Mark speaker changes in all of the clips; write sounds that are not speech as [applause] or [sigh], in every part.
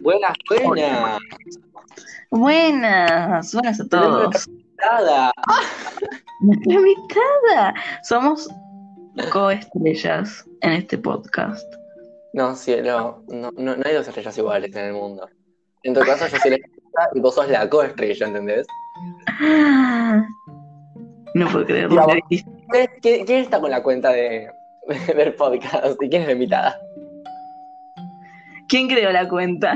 Speaker 1: Buenas, buenas.
Speaker 2: Buenas, buenas a todos.
Speaker 1: Nada.
Speaker 2: Nuestra mitad. Somos coestrellas en este podcast. [gasps]
Speaker 1: No, cielo, no, no, no hay dos estrellas iguales en el mundo. En tu caso, yo soy la estrella y vos sos la coestrella, ¿entendés?
Speaker 2: Ah, No puedo creerlo.
Speaker 1: Ya, ¿Quién, quién- quién está con la cuenta de, del podcast y quién es la invitada?
Speaker 2: ¿Quién creó la cuenta?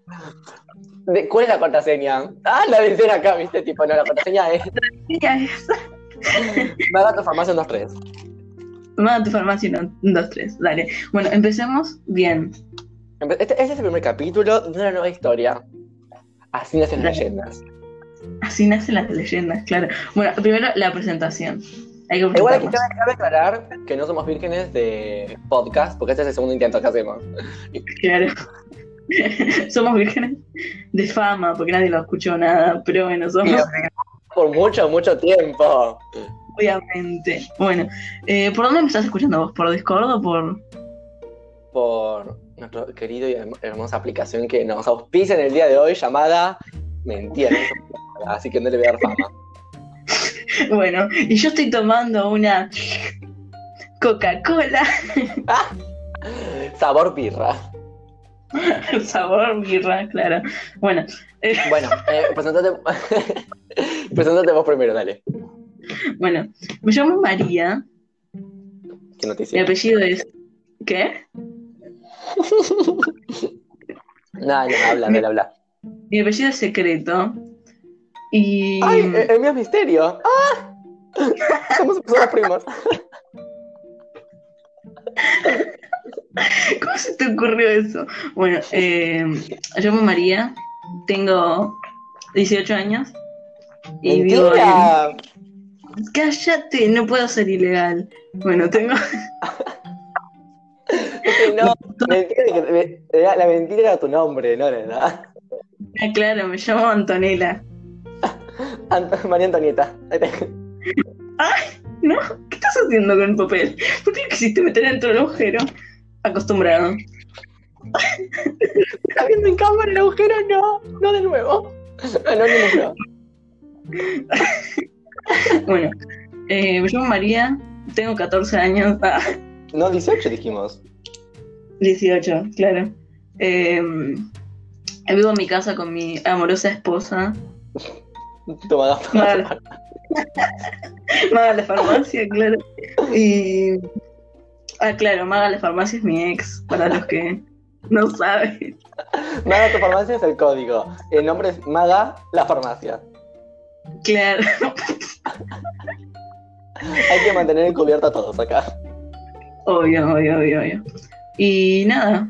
Speaker 2: [laughs]
Speaker 1: ¿De- ¿Cuál es la contraseña? Ah, la dicen acá, viste, tipo, no, la contraseña es
Speaker 2: Mira esa.
Speaker 1: Bagato Farmacia 123.
Speaker 2: Manda tu farmacia 1, 2, 3. Dale. Bueno, empecemos bien.
Speaker 1: Empe- Este, este es el primer capítulo de una nueva historia. Así nacen las leyendas.
Speaker 2: Así nacen las leyendas, claro. Bueno, primero la presentación. Hay que
Speaker 1: Igual aquí
Speaker 2: presentarnos.
Speaker 1: cabe, cabe aclarar que no somos vírgenes de podcast, porque este es el segundo intento que hacemos.
Speaker 2: Claro. [laughs] somos vírgenes de fama, porque nadie lo escuchó nada, pero bueno,
Speaker 1: Y
Speaker 2: somos
Speaker 1: lo seguimos por mucho, mucho tiempo.
Speaker 2: obviamente. Bueno, eh, ¿por dónde me estás escuchando vos? ¿Por Discord o por...? [laughs]
Speaker 1: Por nuestra querido y herm- hermosa aplicación que nos auspicia en el día de hoy, llamada Mentira. Así que no le voy a dar fama.
Speaker 2: Bueno, y yo estoy tomando una Coca-Cola [laughs]
Speaker 1: Sabor birra.
Speaker 2: sabor birra, claro. Bueno,
Speaker 1: Bueno, eh, [laughs] presentate, presentate vos primero, dale.
Speaker 2: bueno, me llamo María,
Speaker 1: ¿Qué
Speaker 2: mi
Speaker 1: noticia?
Speaker 2: apellido es... ¿Qué?
Speaker 1: Nada, no, habla, dale, habla.
Speaker 2: Mi apellido es secreto. Y...
Speaker 1: ¡Ay, eh, el, el mío es misterio! ¡Ah! [laughs] Somos personas primas. eh.
Speaker 2: [laughs] ¿Cómo se te ocurrió eso? Bueno, eh, yo me llamo María, tengo 18 años y vivo en...
Speaker 1: ¡Mentira!
Speaker 2: Cállate, no puedo ser ilegal. Bueno, tengo...
Speaker 1: Este No, mentira, que te- era- la mentira era tu nombre, no era nada.
Speaker 2: Ah, claro, me llamo Antonella.
Speaker 1: Ant- María Antonieta.
Speaker 2: ¿No? ¿Qué estás haciendo con el papel? ¿Por qué lo quisiste meter dentro del agujero? Acostumbrado.
Speaker 1: ¿Está viendo en cámara el agujero? No, no de nuevo. No, no, no, no.
Speaker 2: Bueno, eh, me llamo María, tengo 14 años. Ah,
Speaker 1: No, 18 dijimos.
Speaker 2: 18, claro. Eh, vivo en mi casa con mi amorosa esposa.
Speaker 1: Toma dos.
Speaker 2: Mal. Maga la farmacia, claro. Y. Ah, claro, Maga la farmacia es mi ex, para los que no saben.
Speaker 1: Maga tu farmacia es el código. El nombre es Maga la farmacia.
Speaker 2: Claro.
Speaker 1: Hay que mantener encubierto a todos acá.
Speaker 2: Obvio, obvio, obvio, obvio. Y nada.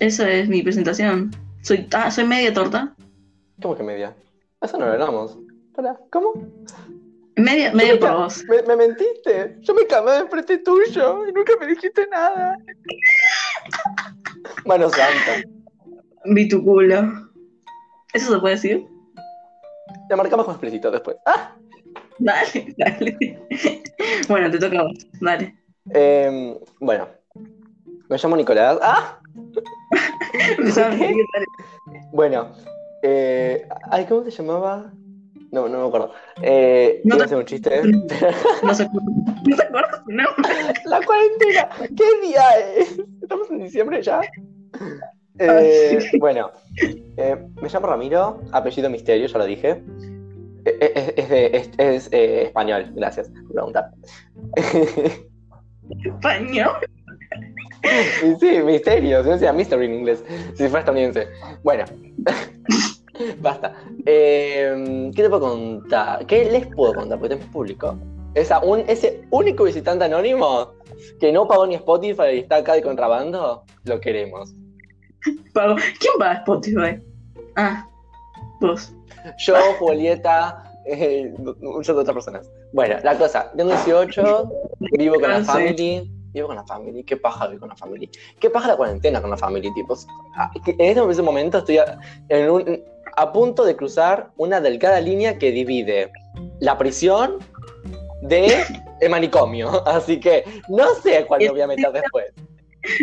Speaker 2: Eso es mi presentación. Soy, ah, soy media torta.
Speaker 1: ¿Cómo que media? Eso no lo hablamos. Pará, ¿cómo?
Speaker 2: Media,
Speaker 1: Yo
Speaker 2: media
Speaker 1: me ca-
Speaker 2: por vos.
Speaker 1: Me, me mentiste. Yo me cambié enfrente tuyo y nunca me dijiste nada. Mano santa.
Speaker 2: Vi tu culo. ¿Eso se puede decir?
Speaker 1: Te marcamos con explícito después. ¡Ah!
Speaker 2: Dale, [laughs] dale. Bueno, te toca a vos. Dale.
Speaker 1: Em, bueno. Me llamo Nicolás. ¡Ah!
Speaker 2: Empezá a
Speaker 1: ¿Qué?
Speaker 2: reír,
Speaker 1: [laughs]
Speaker 2: dale.
Speaker 1: Bueno. eh, ay, ¿cómo se llamaba? No, no me acuerdo. Eh,
Speaker 2: No
Speaker 1: iba a
Speaker 2: te-
Speaker 1: hacer un chiste.
Speaker 2: No se acuerda. No se acuerda, no.
Speaker 1: La cuarentena. ¿Qué día es? ¿Estamos en diciembre
Speaker 2: [laughs]
Speaker 1: ya? Eh, bueno, eh, me llamo Ramiro, apellido Misterio, ya lo dije. Eh, eh, Es, de- es- es, eh, español, gracias por preguntar. [laughs]
Speaker 2: Español.
Speaker 1: Y [laughs] sí, Misterio, si no sea Mystery en inglés, si fuera estadounidense. Bueno, [laughs] basta. Eh, ¿Qué te puedo contar? ¿Qué les puedo contar? Porque tenemos público. Esa, un, ese único visitante anónimo que no pagó ni Spotify y está acá de contrabando, lo queremos.
Speaker 2: Pago. ¿Quién va a Spotify? Ah, vos.
Speaker 1: Yo, Julieta, eh, muchas otras personas. Bueno, la cosa, tengo 18, vivo con la
Speaker 2: Entonces.
Speaker 1: family. Vivo con la family, qué paja vivir con la family. Qué paja la cuarentena con la family, tipos. En este preciso momento estoy a, en un- a punto de cruzar una delgada línea que divide la prisión de el manicomio. [laughs] Así que no sé cuál me voy a meter después.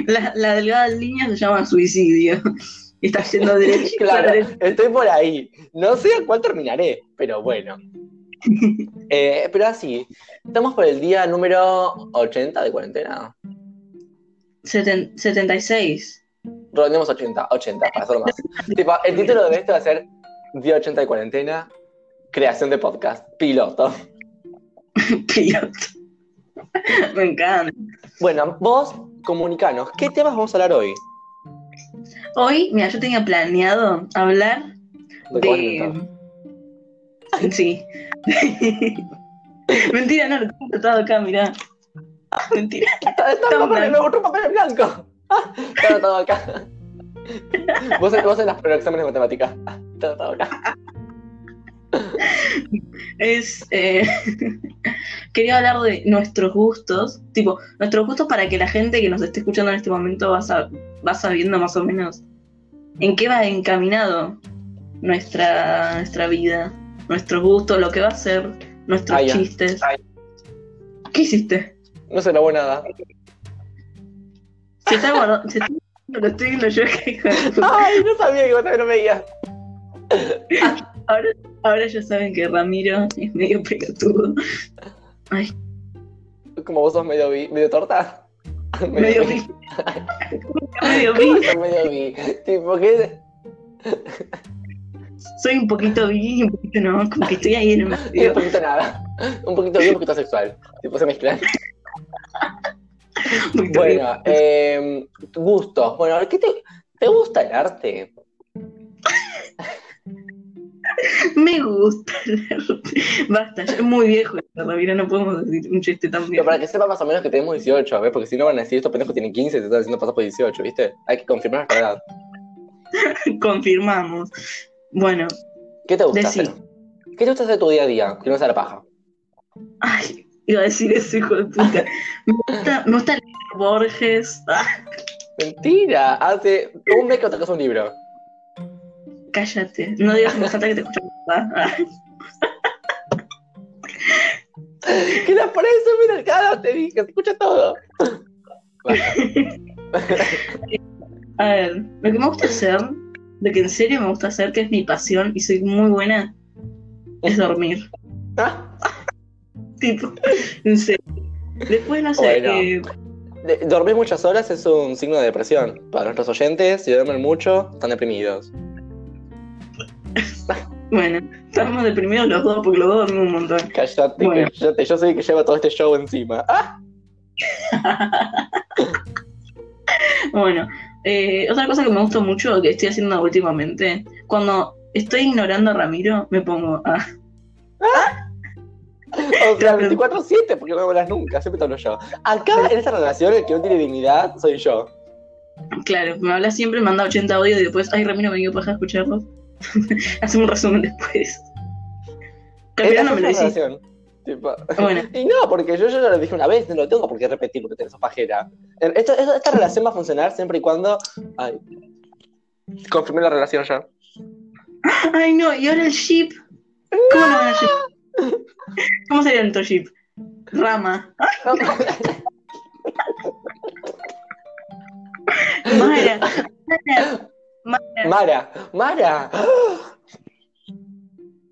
Speaker 2: La, la delgada línea se llama suicidio. [laughs] estás yendo derecho
Speaker 1: Claro, estoy por ahí. No sé a cuál terminaré, pero [laughs] bueno. Eh, pero así, estamos por el día número 80 de cuarentena.
Speaker 2: 76.
Speaker 1: Rondemos 80, 80, para hacerlo más. [laughs] Tipo, el título de esto va a ser Día 80 de cuarentena, creación de podcast, piloto.
Speaker 2: Piloto. [laughs] Me encanta.
Speaker 1: Bueno, vos comunicanos, ¿qué temas vamos a hablar hoy?
Speaker 2: Hoy, mira, yo tenía planeado hablar
Speaker 1: ¿De qué vas a inventar?
Speaker 2: de. Ah, Sí. [laughs] Mentira, no, lo tengo tratado acá, mirá. Ah, Mentira.
Speaker 1: Está, está
Speaker 2: Está
Speaker 1: el papel,
Speaker 2: blanco.
Speaker 1: me borró un papel blanco. [laughs] Está anotado [laughs] acá. Vos, en- vos en las- en los exámenes de matemática. Está anotado acá.
Speaker 2: Es. eh, [laughs] Quería hablar de nuestros gustos. Tipo, nuestros gustos para que la gente que nos esté escuchando en este momento va, sa- va sabiendo más o menos en qué va encaminado nuestra, nuestra vida, nuestros gustos, lo que va a ser, nuestros
Speaker 1: Ay, Ah, ya.
Speaker 2: chistes.
Speaker 1: Ay.
Speaker 2: ¿Qué hiciste?
Speaker 1: No se grabó nada.
Speaker 2: Se está guardando. Se está guardando lo estoy viendo yo [laughs] que hijo de puta.
Speaker 1: Ay, [laughs] no sabía que vos también lo veías.
Speaker 2: ahora, ahora ya saben que Ramiro es medio pelotudo.
Speaker 1: Como vos sos medio bi, medio torta. [laughs]
Speaker 2: Medio
Speaker 1: bi.
Speaker 2: bi. [laughs] medio
Speaker 1: ¿Cómo
Speaker 2: bi.
Speaker 1: sos medio bi? Tipo,
Speaker 2: [laughs]
Speaker 1: ¿qué?
Speaker 2: Soy un poquito bi y un poquito no. Como que estoy ahí en el
Speaker 1: Y un
Speaker 2: medio.
Speaker 1: poquito nada. Un poquito bi, un poquito sexual. Tipo, se
Speaker 2: [laughs]
Speaker 1: mezclan.
Speaker 2: un poquito bi.
Speaker 1: Bueno, eh, gustos. Bueno, ¿qué te, te gusta el arte?
Speaker 2: Me gusta el arte. Basta, ya es muy viejo este Ramiro. No podemos decir un chiste tan
Speaker 1: Pero
Speaker 2: [laughs] viejo.
Speaker 1: para que sepa más o menos que tenemos 18, ¿ves? Porque si no van a decir, estos pendejos tienen 15, se están haciendo pasar por 18, ¿viste? Hay que confirmar nuestra edad.
Speaker 2: Confirmamos. Bueno,
Speaker 1: ¿Qué te gusta
Speaker 2: Decí.
Speaker 1: hacer? ¿Qué te gusta hacer tu día a día? Que no sea la paja.
Speaker 2: ay, iba a decir eso, hijo de puta. Me gusta, me gusta leer Borges. Ah,
Speaker 1: Mentira, hace un mes que no tocas un libro.
Speaker 2: cállate. No digas en voz alta que te escucha mi papá. Ah.
Speaker 1: [laughs] ¿Qué les parece? Mira, cara, te dije, se escucha todo.
Speaker 2: A ver, lo que me gusta hacer, lo que en serio me gusta hacer, que es mi pasión y soy muy buena, es dormir. [laughs]
Speaker 1: Ah,
Speaker 2: Tipo, en serio. Después, no sé,
Speaker 1: Bueno.
Speaker 2: eh,
Speaker 1: de- Dormir muchas horas es un signo de depresión. Para nuestros oyentes, si duermen mucho, están deprimidos.
Speaker 2: bueno, estamos deprimidos los dos porque los dos dormimos un montón.
Speaker 1: Cállate,
Speaker 2: Bueno.
Speaker 1: cállate, yo soy el que lleva todo este show encima. [laughs] Ah,
Speaker 2: Bueno, eh, otra cosa que me gusta mucho, que estoy haciendo últimamente, cuando estoy ignorando a Ramiro, me pongo ah, a...
Speaker 1: o [laughs] sea, 24-7, porque no me hablas nunca, siempre te hablo yo. Acá, en esta relación, el que no tiene dignidad soy yo.
Speaker 2: Claro, me habla siempre, me manda 80 audios y después, ay, Ramiro, me dio paja escucharlos. [laughs] Hacemos un resumen después. Que
Speaker 1: Esa
Speaker 2: al final no me lo
Speaker 1: es la
Speaker 2: decís.
Speaker 1: relación. Tipo,
Speaker 2: Bueno,
Speaker 1: Y no, porque yo, yo ya lo dije una vez, no lo tengo por qué repetir porque tenés pajera. Esto, esto- esta relación va a funcionar siempre y cuando. Ay. Confirmé la relación [laughs] ya.
Speaker 2: Ay, no, y ahora el ship. ¿Cómo lo van a ship? ¿Cómo sería nuestro ship? Rama. Mara. Mara.
Speaker 1: Mara, Mara.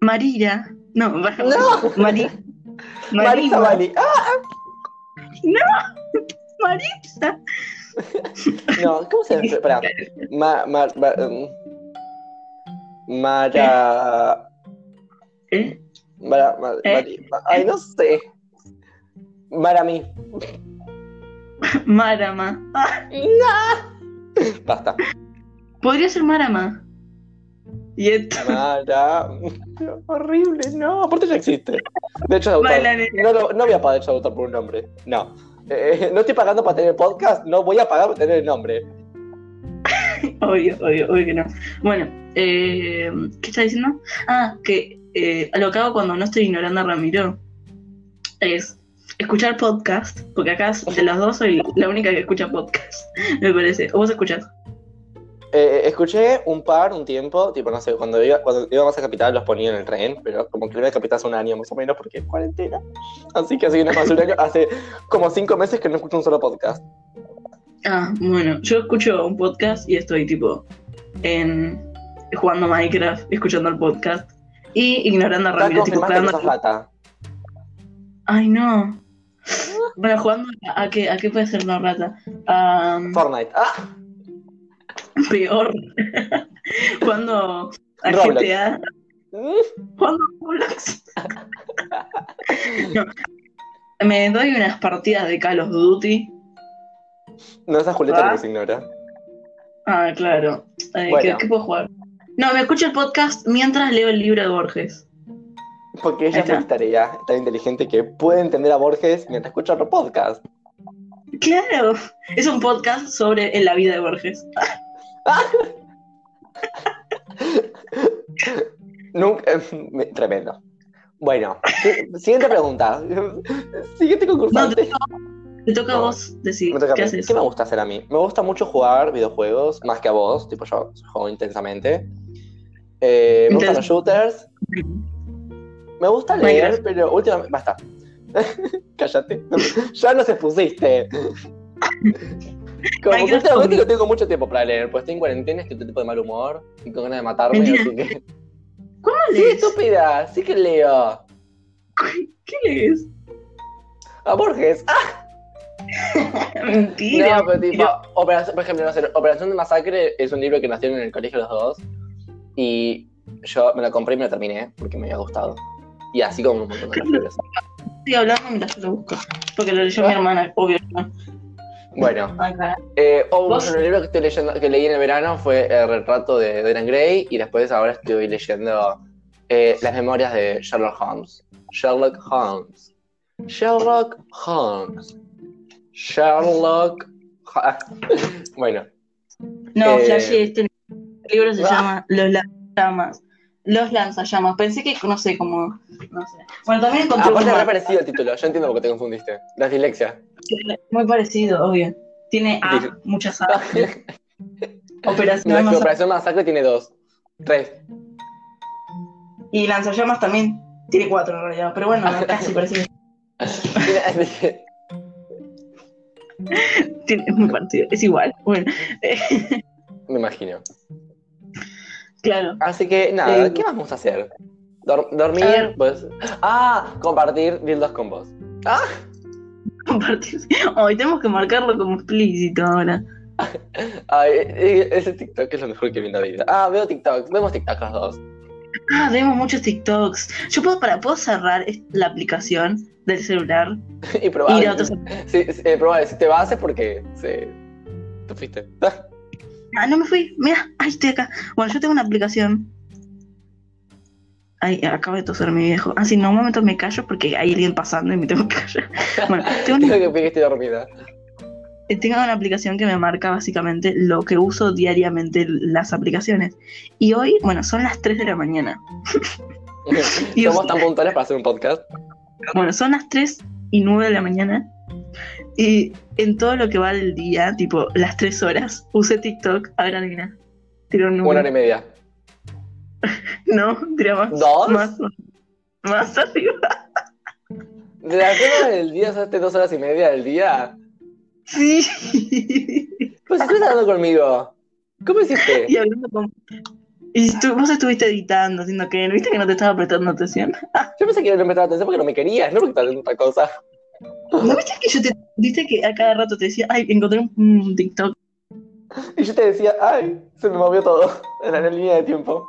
Speaker 2: Marira. No, Mari-
Speaker 1: No.
Speaker 2: Mari.
Speaker 1: Marisa
Speaker 2: Marima.
Speaker 1: Mari. Ah,
Speaker 2: Marisa.
Speaker 1: no, ¿cómo se dice? Espera. Ma, ma- ma- mm. Mara.
Speaker 2: ¿Eh?
Speaker 1: Mara. ma-
Speaker 2: ¿Eh?
Speaker 1: Mari- ma- ay, no sé. Mara mí.
Speaker 2: Marama. Ah,
Speaker 1: Basta.
Speaker 2: Podría ser Marama. Y esto.
Speaker 1: Mara. Horrible, no. Aparte ya existe. De hecho, es autor.
Speaker 2: Bailarina.
Speaker 1: No, lo- no voy a pagar de autor por un nombre. No. Eh, no estoy pagando para tener podcast. No voy a pagar para tener el nombre.
Speaker 2: Obvio, obvio, obvio que no. Bueno, eh, ¿qué está diciendo? Ah, que eh, lo que hago cuando no estoy ignorando a Ramiro es escuchar podcast, porque acá de los dos soy la única que escucha podcast, [laughs] me parece. ¿O vos escuchás?
Speaker 1: Eh, escuché un par un tiempo, tipo, no sé, cuando iba, cuando iba más a Capital los ponía en el tren, pero como que no era Capital hace un año más o menos porque es cuarentena. Así que hace, una- hace un año- hace como cinco meses que no escucho un solo podcast.
Speaker 2: Ah, bueno, yo escucho un podcast y estoy tipo en jugando Minecraft, escuchando el podcast y ignorando a Ramiro. Tipo,
Speaker 1: confirmaste que
Speaker 2: cagando-
Speaker 1: sos rata.
Speaker 2: Ay, no. Bueno, jugando a, a qué, a qué puede ser una rata. A,
Speaker 1: Fortnite. ¡Ah!
Speaker 2: peor. [laughs] jugando a
Speaker 1: Roblox.
Speaker 2: GTA.
Speaker 1: Mm,
Speaker 2: Jugando a Roblox. [laughs] No. Me doy unas partidas de Call of Duty.
Speaker 1: No, esa Julieta
Speaker 2: Ah.
Speaker 1: que se ignora.
Speaker 2: Ah, claro. Eh,
Speaker 1: Bueno.
Speaker 2: ¿qué, qué puedo jugar? No, me escucho el podcast mientras leo el libro de Borges.
Speaker 1: Porque ella
Speaker 2: Ahí está.
Speaker 1: fue tarea tan inteligente que puede entender a Borges mientras escucha otro podcast.
Speaker 2: Claro, es un podcast sobre la vida de Borges.
Speaker 1: Nunca. [laughs] me- Tremendo. Bueno, si- siguiente pregunta. [laughs] Siguiente concursante.
Speaker 2: Te toca a
Speaker 1: No,
Speaker 2: vos decir
Speaker 1: Me toca a
Speaker 2: qué
Speaker 1: mí.
Speaker 2: haces.
Speaker 1: ¿Qué me gusta hacer a mí? Me gusta mucho jugar videojuegos, más que a vos, tipo yo juego intensamente. Eh, me gustan los shooters, me gusta leer,
Speaker 2: Minecraft.
Speaker 1: pero últimamente. Basta. [laughs] Cállate. ya nos expusiste. Como que
Speaker 2: Minecraft
Speaker 1: últimamente
Speaker 2: zombie.
Speaker 1: no tengo mucho tiempo para leer, pues estoy en cuarentena, estoy todo tipo de mal humor y con ganas de matarme,
Speaker 2: Mentira.
Speaker 1: así que.
Speaker 2: ¿Cómo
Speaker 1: Sí,
Speaker 2: lees?
Speaker 1: estúpida, sí que leo.
Speaker 2: [laughs] ¿Qué lees?
Speaker 1: A Borges. Ah,
Speaker 2: Mentira.
Speaker 1: no, pero tipo,
Speaker 2: mentira.
Speaker 1: Operación- por ejemplo, no sé, Operación de Masacre es un libro que nacieron en el colegio los dos. Y yo me lo compré y me lo terminé porque me había gustado. Y así como un montón de otros libros.
Speaker 2: Estoy hablando mientras lo busco. Porque lo leyó mi hermana, obvio. ¿no?
Speaker 1: Ah. Bueno,
Speaker 2: Acá.
Speaker 1: eh, oh,
Speaker 2: ¿Vos?
Speaker 1: bueno, el libro que, estoy leyendo, que leí en el verano fue El retrato de Dorian Gray. Y después ahora estoy leyendo eh, las memorias de Sherlock Holmes. Sherlock Holmes. Sherlock Holmes. Sherlock. Ho- [laughs] bueno.
Speaker 2: No,
Speaker 1: Eh,
Speaker 2: flashé, este libro se
Speaker 1: ah.
Speaker 2: llama Los lanzallamas. Los lanzallamas. Pensé que, no sé, como. No sé. Bueno, también encontré
Speaker 1: Aparte,
Speaker 2: un
Speaker 1: me ha
Speaker 2: mapa.
Speaker 1: parecido el título. Yo entiendo por qué te confundiste. La dislexia.
Speaker 2: Muy parecido, obvio. Tiene A,
Speaker 1: Dice-
Speaker 2: muchas A.
Speaker 1: Ah, No,
Speaker 2: Operación
Speaker 1: es que
Speaker 2: Masacre.
Speaker 1: Operación Masacre tiene dos. Tres. [laughs]
Speaker 2: Y lanzallamas también. Tiene cuatro en realidad. Pero
Speaker 1: [laughs]
Speaker 2: bueno, casi parecido.
Speaker 1: Tiene-
Speaker 2: Tiene- [laughs] es muy parecido. Es igual. Bueno,
Speaker 1: me imagino.
Speaker 2: claro. [laughs]
Speaker 1: Así que, nada,
Speaker 2: Sí.
Speaker 1: ¿qué más vamos a hacer? Dor- dormir,
Speaker 2: A ver.
Speaker 1: pues. Ah, compartir dildos con vos.
Speaker 2: Compartir. Hoy tenemos que marcarlo como explícito ahora.
Speaker 1: Ay, eh, ese TikTok es lo mejor que vi en la vida. Ah, veo TikTok. Vemos TikTok los dos.
Speaker 2: Ah, vemos muchos TikToks. Yo puedo, para, puedo cerrar es- la aplicación del celular.
Speaker 1: Y
Speaker 2: Y
Speaker 1: probable.
Speaker 2: de otros.
Speaker 1: Sí, sí, eh, probable. Si te vas es porque se... te fuiste. [laughs]
Speaker 2: Ah, no me fui. Mira, ay, estoy acá. Bueno, yo tengo una aplicación. Ay, acabo de toser mi viejo. Ah, sí, no, un momento me callo porque hay alguien pasando y me tengo que callar. Bueno,
Speaker 1: [laughs]
Speaker 2: tengo una,
Speaker 1: Creo que estoy dormida.
Speaker 2: Eh, tengo una aplicación que me marca básicamente lo que uso diariamente las aplicaciones. Y hoy, bueno, son las 3 de la mañana. Dios.
Speaker 1: Somos tan puntuales para hacer un podcast.
Speaker 2: Bueno, son las 3 y 9 de la mañana. Y en todo lo que va del día, tipo las 3 horas, usé TikTok. A ver, adivina. Tira un
Speaker 1: Una hora
Speaker 2: número.
Speaker 1: y media.
Speaker 2: No, tira más.
Speaker 1: ¿Dos?
Speaker 2: Más, más arriba.
Speaker 1: De las dos horas del día hasta dos horas y media del día.
Speaker 2: Sí.
Speaker 1: Pues si estás hablando conmigo. ¿Cómo
Speaker 2: [laughs]
Speaker 1: hiciste?
Speaker 2: Y hablando con. Y tú- vos estuviste editando, haciendo que. ¿Viste que no te estaba prestando atención?
Speaker 1: Yo pensé que no me estaba atención porque no me querías, no porque estaba haciendo otra cosa.
Speaker 2: ¿No viste que yo te viste que a cada rato te decía, ay, encontré un, un TikTok?
Speaker 1: [laughs] Y yo te decía, ay, se me movió todo [laughs] en la línea de tiempo.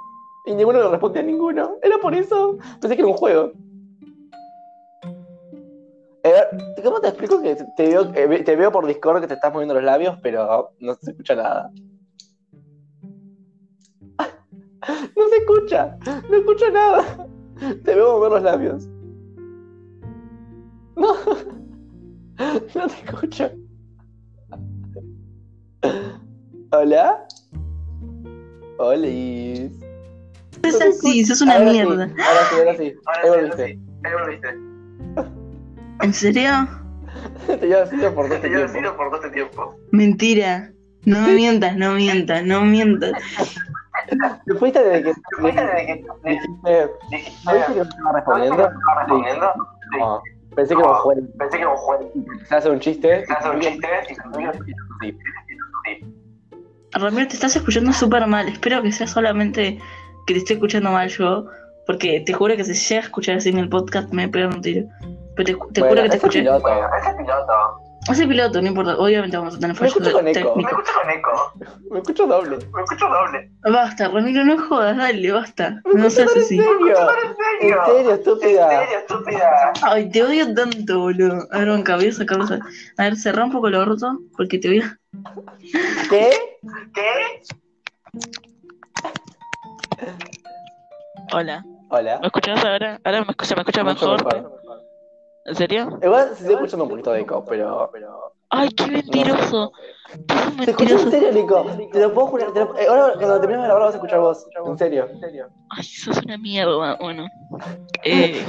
Speaker 1: Y ninguno le respondía a ninguno. Era por eso. Pensé que era un juego. Eh, ¿Cómo te explico que te veo, eh, ve- te veo por Discord que te estás moviendo los labios, pero no se escucha nada? [laughs] No se escucha, no escucho nada. Te veo mover los labios. No, [laughs] no te escucho. ¿Hola? Olis.
Speaker 2: Es así, sos una
Speaker 1: Ahora sí,
Speaker 2: mierda.
Speaker 1: ahora sí, ahora sí. Ahí volviste.
Speaker 2: ¿En serio?
Speaker 1: [laughs] Te llevas sido por todo este tiempo.
Speaker 2: Mentira. No me mientas, no mientas, no mientas.
Speaker 1: ¿Te fuiste desde que dijiste ¿Sabes que no estaba respondiendo? No, pensé que vos fue. Se hace un chiste.
Speaker 3: Se hace un chiste.
Speaker 1: Sí.
Speaker 4: Ramiro, te estás escuchando súper mal. Espero que sea solamente que te esté escuchando mal yo. Porque te juro que si llega a escuchar así en el podcast me pegan un tiro. Pero te, ju- te
Speaker 1: Bueno,
Speaker 4: juro que te
Speaker 1: ese
Speaker 4: escuché.
Speaker 1: piloto.
Speaker 3: ese piloto.
Speaker 4: Hace piloto, no importa. Obviamente vamos a tener
Speaker 1: Me escucho
Speaker 4: fallos
Speaker 1: con
Speaker 4: de-
Speaker 1: eco.
Speaker 3: Me
Speaker 4: técnicos.
Speaker 3: escucho con eco.
Speaker 1: Me escucho doble.
Speaker 3: Me escucho doble.
Speaker 4: Basta, Ramiro, no jodas, dale, basta.
Speaker 1: Me
Speaker 4: No seas
Speaker 1: escucho
Speaker 4: así.
Speaker 1: doble,
Speaker 3: Me
Speaker 1: ¿En serio?
Speaker 3: escucho en serio.
Speaker 1: En serio,
Speaker 3: En
Speaker 1: estúpida.
Speaker 3: serio, estúpida.
Speaker 4: Ay, te odio tanto, boludo. A ver, un cabeza, cabeza. A ver, cerrá un poco el orto, porque te odio.
Speaker 1: ¿Qué?
Speaker 3: ¿Qué?
Speaker 2: Hola.
Speaker 1: Hola.
Speaker 2: ¿Me escuchás ahora? Ahora me escucha, me escucha
Speaker 1: Mucho
Speaker 2: mejor. ¿En serio?
Speaker 1: Igual sí estoy escuchando un poquito de eco, pero.
Speaker 2: Ay, qué mentiroso. Tú sos
Speaker 1: Te escuché en
Speaker 2: mentiroso.
Speaker 1: serio, Nico. Te lo puedo jurar. te lo- eh, Ahora, cuando terminemos de grabar, vas a escuchar vos. En serio.
Speaker 2: Ay, sos una mierda. Bueno. Eh,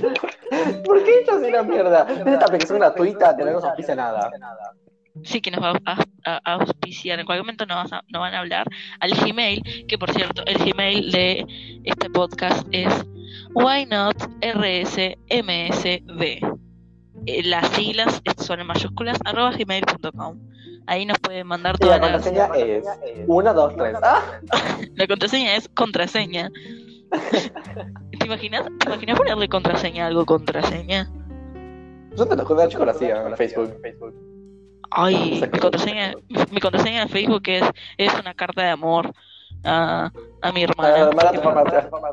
Speaker 1: ¿Por qué yo soy una mierda? Es esta aplicación gratuita que no nos auspicia nada.
Speaker 2: sí que nos va a, a- a auspiciar. En cualquier momento nos, vas a- nos van a hablar al Gmail, que por cierto, el Gmail de este podcast es why not rsmsd. Eh, las siglas son en mayúsculas, arroba gmail.com. Ahí nos pueden mandar
Speaker 1: Y la
Speaker 2: todas las...
Speaker 1: contraseña es. Una, dos, tres. ¡Ah!
Speaker 2: La contraseña es contraseña. ¿Te imaginas, ¿Te imaginas ponerle contraseña a algo contraseña?
Speaker 1: Yo te lo juro, chico, lo hacía en Facebook.
Speaker 2: Ay,
Speaker 1: Exacto.
Speaker 2: mi contraseña, mi contraseña en Facebook es, es una carta de amor a, a mi
Speaker 1: Para
Speaker 2: hermana.
Speaker 1: la Ah, mala
Speaker 2: porque-
Speaker 1: forma.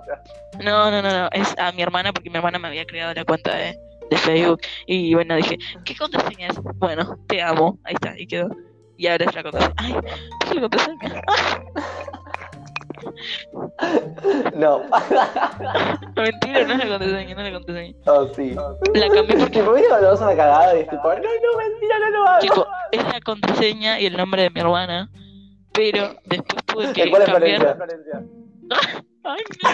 Speaker 2: No, no, no, no, es a mi hermana porque mi hermana me había creado la cuenta de, de Facebook. Y bueno, dije, ¿qué contraseña es? Bueno, te amo. Ahí está, y quedó. Y ahora es la contraseña. Ay, dije la contraseña. [laughs]
Speaker 1: No.
Speaker 2: Mentira, no es la contraseña, no es la contraseña.
Speaker 1: [laughs] Oh, sí.
Speaker 2: La
Speaker 1: [laughs]
Speaker 2: cambié porque
Speaker 1: Tipo, viste cuando vas a una cagada y es tipo, no, no, mentira, no lo hago.
Speaker 2: Chico, es la contraseña y el nombre de mi hermana. Pero después tuve
Speaker 1: ¿Y
Speaker 2: que
Speaker 1: cuál es
Speaker 2: cambiar.
Speaker 1: Florencia?
Speaker 2: Ay, no.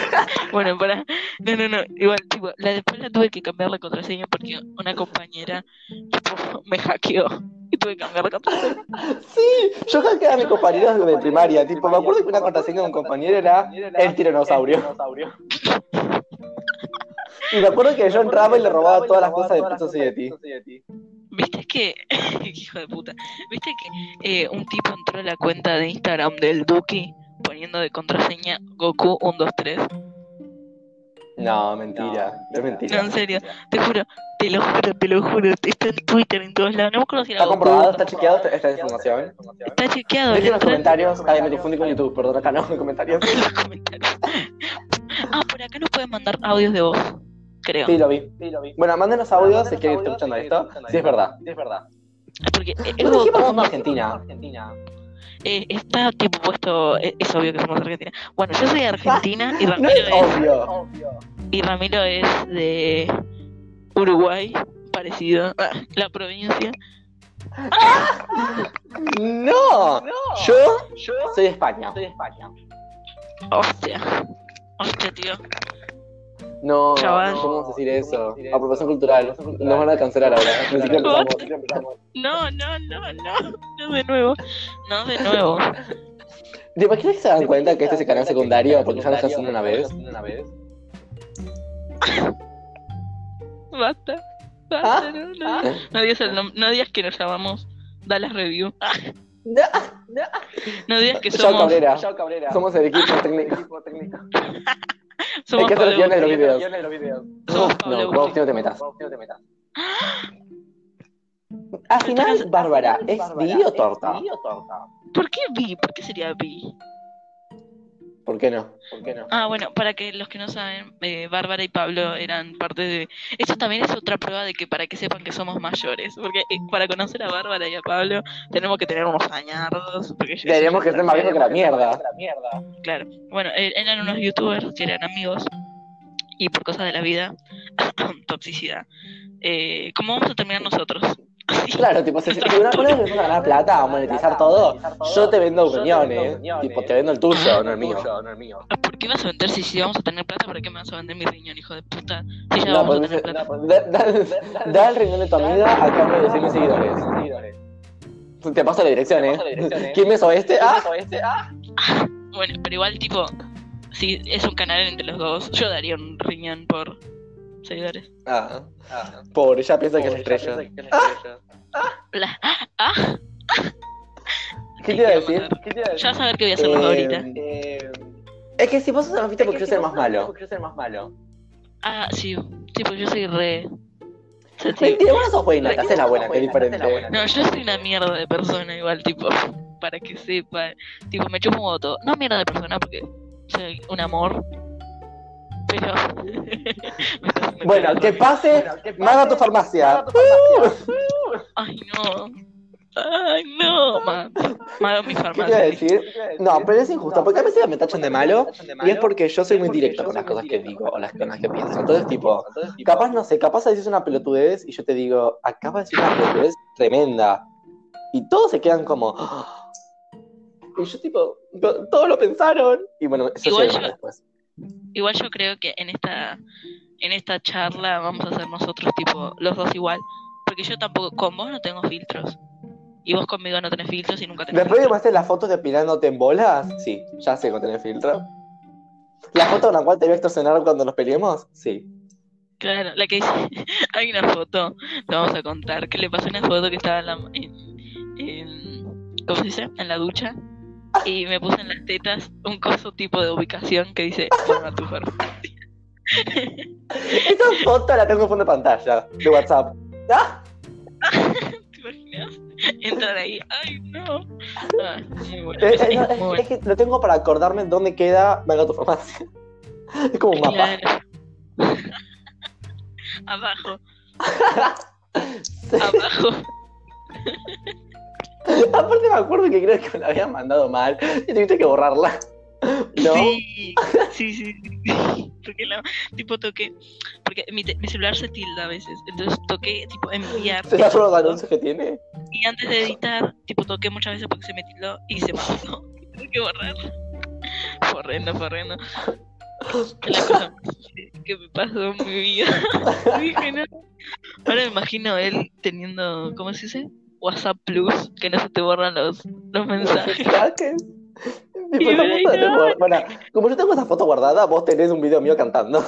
Speaker 2: [laughs] Bueno, para. No, no, no. Igual, tipo, la, después la tuve que cambiar la contraseña porque una compañera tipo, [laughs] me hackeó. Y tuve que cambiar la contraseña.
Speaker 1: [laughs] Sí, yo hackeaba a mis compañeros de primaria. Tipo, me acuerdo que una contraseña de un compañero era el tiranosaurio. Y me acuerdo que yo entraba y le robaba todas las cosas de Pizza Society.
Speaker 2: Viste que. [laughs] Hijo de puta. Viste que eh, un tipo entró a la cuenta de Instagram del Duki poniendo de contraseña Goku 123.
Speaker 1: No, mentira. Es
Speaker 2: No,
Speaker 1: mentira.
Speaker 2: en serio. Te juro. Te lo juro, te lo juro. Está en Twitter, en todos lados. No me acuerdo si era
Speaker 1: ¿Está
Speaker 2: Goku
Speaker 1: comprobado? ¿Está chequeado esta, esta información?
Speaker 2: Está chequeado.
Speaker 1: Dejen
Speaker 2: le
Speaker 1: en los
Speaker 2: entró en-
Speaker 1: comentarios. Ay, me confundí con YouTube, perdón, acá no, [laughs] en los comentarios.
Speaker 2: en los comentarios. [laughs] Ah, por acá nos pueden mandar audios de voz, creo.
Speaker 1: Sí, lo vi. Bueno, mándenos audios si es que están escuchando esto. Si es verdad. Si es verdad.
Speaker 2: Porque eh, es
Speaker 1: No sé qué
Speaker 2: Goku,
Speaker 1: pasó en
Speaker 2: no-
Speaker 1: Argentina.
Speaker 2: eh, está tipo puesto, eh, es obvio que somos de Argentina. Bueno, yo soy de Argentina y
Speaker 1: Ah, No
Speaker 2: Ramiro
Speaker 1: es
Speaker 2: es,
Speaker 1: obvio.
Speaker 2: y Ramiro es de Uruguay, parecido a la provincia.
Speaker 1: No. Yo soy de España.
Speaker 2: Hostia, hostia, tío.
Speaker 1: No,
Speaker 2: Chaval.
Speaker 1: no podemos decir eso. Apropiación cultural. Nos van a cancelar ahora. Ni siquiera
Speaker 2: What?
Speaker 1: empezamos.
Speaker 2: No, no, no, no, no de nuevo, no de nuevo.
Speaker 1: ¿Te imaginas que se dan cuenta que este es el canal secundario porque ya nos hacen una vez?
Speaker 2: Basta,
Speaker 1: Ah,
Speaker 2: basta, no, no,
Speaker 1: ah.
Speaker 2: no digas el nom- no digas que nos llamamos Dallas Review. Ah. No digas que
Speaker 1: Yo
Speaker 2: somos,
Speaker 1: Cabrera. Somos el equipo [laughs] técnico. El
Speaker 2: somos
Speaker 1: que hace los
Speaker 2: Pablo
Speaker 1: guiones de los
Speaker 2: Bustillo.
Speaker 1: videos.
Speaker 2: Somos
Speaker 1: No,
Speaker 2: Pablo
Speaker 1: vos
Speaker 2: Bustillo.
Speaker 1: no te metas. Al final, Bárbara, ¿es vi o torta?
Speaker 2: ¿Por qué vi? ¿Por qué sería vi?
Speaker 1: ¿Por qué no? ¿Por qué no?
Speaker 2: Ah, bueno, para que los que no saben, eh, Bárbara y Pablo eran parte de... Eso también es otra prueba de que para que sepan que somos mayores, porque eh, para conocer a Bárbara y a Pablo tenemos que tener unos añardos. Porque yo-
Speaker 1: Tenemos que ser más viejos que la mierda.
Speaker 2: Claro. Bueno, eh, eran unos youtubers que eran amigos y por cosas de la vida, [coughs] toxicidad. Eh, ¿Cómo vamos a terminar nosotros? [laughs] Así.
Speaker 1: [laughs] Claro, tipo, si, si una una vez empezamos a ganar plata, a monetizar todo, yo te vendo opiniones. Tipo, te vendo el tuyo, no el mío.
Speaker 2: ¿Por qué vas a vender si, si vamos a tener plata? ¿Por qué me vas a vender mi riñón, hijo de puta? Si ya
Speaker 1: No,
Speaker 2: vamos a
Speaker 1: pues,
Speaker 2: tener plata.
Speaker 1: da, da- da el riñón de tu amiga a cambio de 100 mil seguidores. Te paso la dirección, ¿eh? ¿Quién me este? Ah,
Speaker 2: Bueno, pero igual, tipo, si es un canal entre los dos, yo daría un riñón por seguidores.
Speaker 1: Ah. Pobre,
Speaker 2: ah,
Speaker 1: ella piensa que es estrella.
Speaker 2: La- ¡Ah!
Speaker 1: [laughs] ¿Qué te
Speaker 2: Sí,
Speaker 1: iba a
Speaker 2: ah. quiero
Speaker 1: decir?
Speaker 2: contar.
Speaker 1: ¿Qué te iba a
Speaker 2: Ya
Speaker 1: decir?
Speaker 2: vas a ver qué voy a hacer más
Speaker 1: Eh,
Speaker 2: ahorita.
Speaker 1: eh, es que si vos sos anfita porque yo soy el más malo. Porque yo soy el más malo.
Speaker 2: Ah, sí. Sí, porque yo soy re. sensible.
Speaker 1: Mentira, vos no sos buena, te haces la buena, que es diferente.
Speaker 2: No, yo soy una mierda de persona igual, tipo, para que sepa. Tipo, me chupo un voto. No mierda de persona porque soy un amor. Pero... [laughs] Me estás metiendo
Speaker 1: Bueno, que
Speaker 2: también.
Speaker 1: pase, Maga tu farmacia.
Speaker 2: Ay, no. Ay, no. Ma, ma mi
Speaker 1: ¿Qué te iba a
Speaker 2: farmacia.
Speaker 1: decir? No, pero es injusto, porque a veces me tachan de malo y es porque yo soy muy
Speaker 5: porque
Speaker 1: directo
Speaker 5: yo
Speaker 1: con
Speaker 5: soy
Speaker 1: las
Speaker 5: muy
Speaker 1: cosas que
Speaker 5: directo
Speaker 1: digo
Speaker 5: con
Speaker 1: o las
Speaker 5: las
Speaker 1: cosas
Speaker 5: cosas
Speaker 1: que
Speaker 5: que
Speaker 1: pienso.
Speaker 5: pienso.
Speaker 1: Entonces, tipo, capaz no sé, capaz decís una pelotudez y yo te digo, acabas de decir una pelotudez tremenda. Y todos se quedan como. "Ah". Y yo, tipo, "To- todos lo pensaron. Y bueno, eso
Speaker 2: Igual
Speaker 1: llega
Speaker 2: yo-
Speaker 1: después.
Speaker 2: Igual yo creo que en esta en esta charla vamos a ser nosotros tipo los dos igual, porque yo tampoco con vos no tengo filtros y vos conmigo no tenés filtros y nunca tenés.
Speaker 1: Después de
Speaker 2: filtros.
Speaker 1: hacer las fotos de pirándote en bolas, sí, ya sé con tener filtro. ¿La foto con la cual te voy a extorsionar cuando nos peleemos? Sí.
Speaker 2: Claro, la que dice, [laughs] hay una foto, te vamos a contar que le pasó una foto que estaba en la en, en- ¿cómo se dice? En la ducha y me puse en las tetas un coso tipo de ubicación que dice forma tu farmacia.
Speaker 1: Esa foto la tengo en fondo de pantalla, de WhatsApp. ¡Ah!
Speaker 2: ¿Te imaginas? [laughs] Entrar ahí. Ay, no. Ah, muy bueno.
Speaker 1: Eh, eh,
Speaker 2: es, es
Speaker 1: no,
Speaker 2: muy bueno.
Speaker 1: es, es que lo tengo para acordarme dónde queda Venga tu farmacia. Es como un mapa.
Speaker 2: Claro. [laughs] abajo,
Speaker 1: Sí.
Speaker 2: abajo.
Speaker 1: [laughs] Aparte me acuerdo que creo que me la habían mandado mal y tuviste que borrarla. ¿No?
Speaker 2: Sí, sí, sí. sí. [laughs] Porque la, tipo toqué, porque mi, te- mi celular se tilda a veces, entonces toqué tipo enviar
Speaker 1: ¿Se da solo los anuncios que tiene?
Speaker 2: y antes de editar, tipo toqué muchas veces porque se me tildó y se mandó. [laughs] Tuve que borrar. Forrendo, forrendo.
Speaker 1: Pues,
Speaker 2: Es la cosa más que me pasó en mi vida. [laughs] Dije, no. Ahora me imagino él teniendo, ¿cómo se dice? WhatsApp Plus, que no se te borran los, los mensajes. [laughs]
Speaker 1: mensajes. Tipo,
Speaker 2: Y
Speaker 1: esa
Speaker 2: me
Speaker 1: foto la
Speaker 2: dijo,
Speaker 1: tengo- Bueno, como yo tengo esa foto guardada, vos tenés un video mío cantando.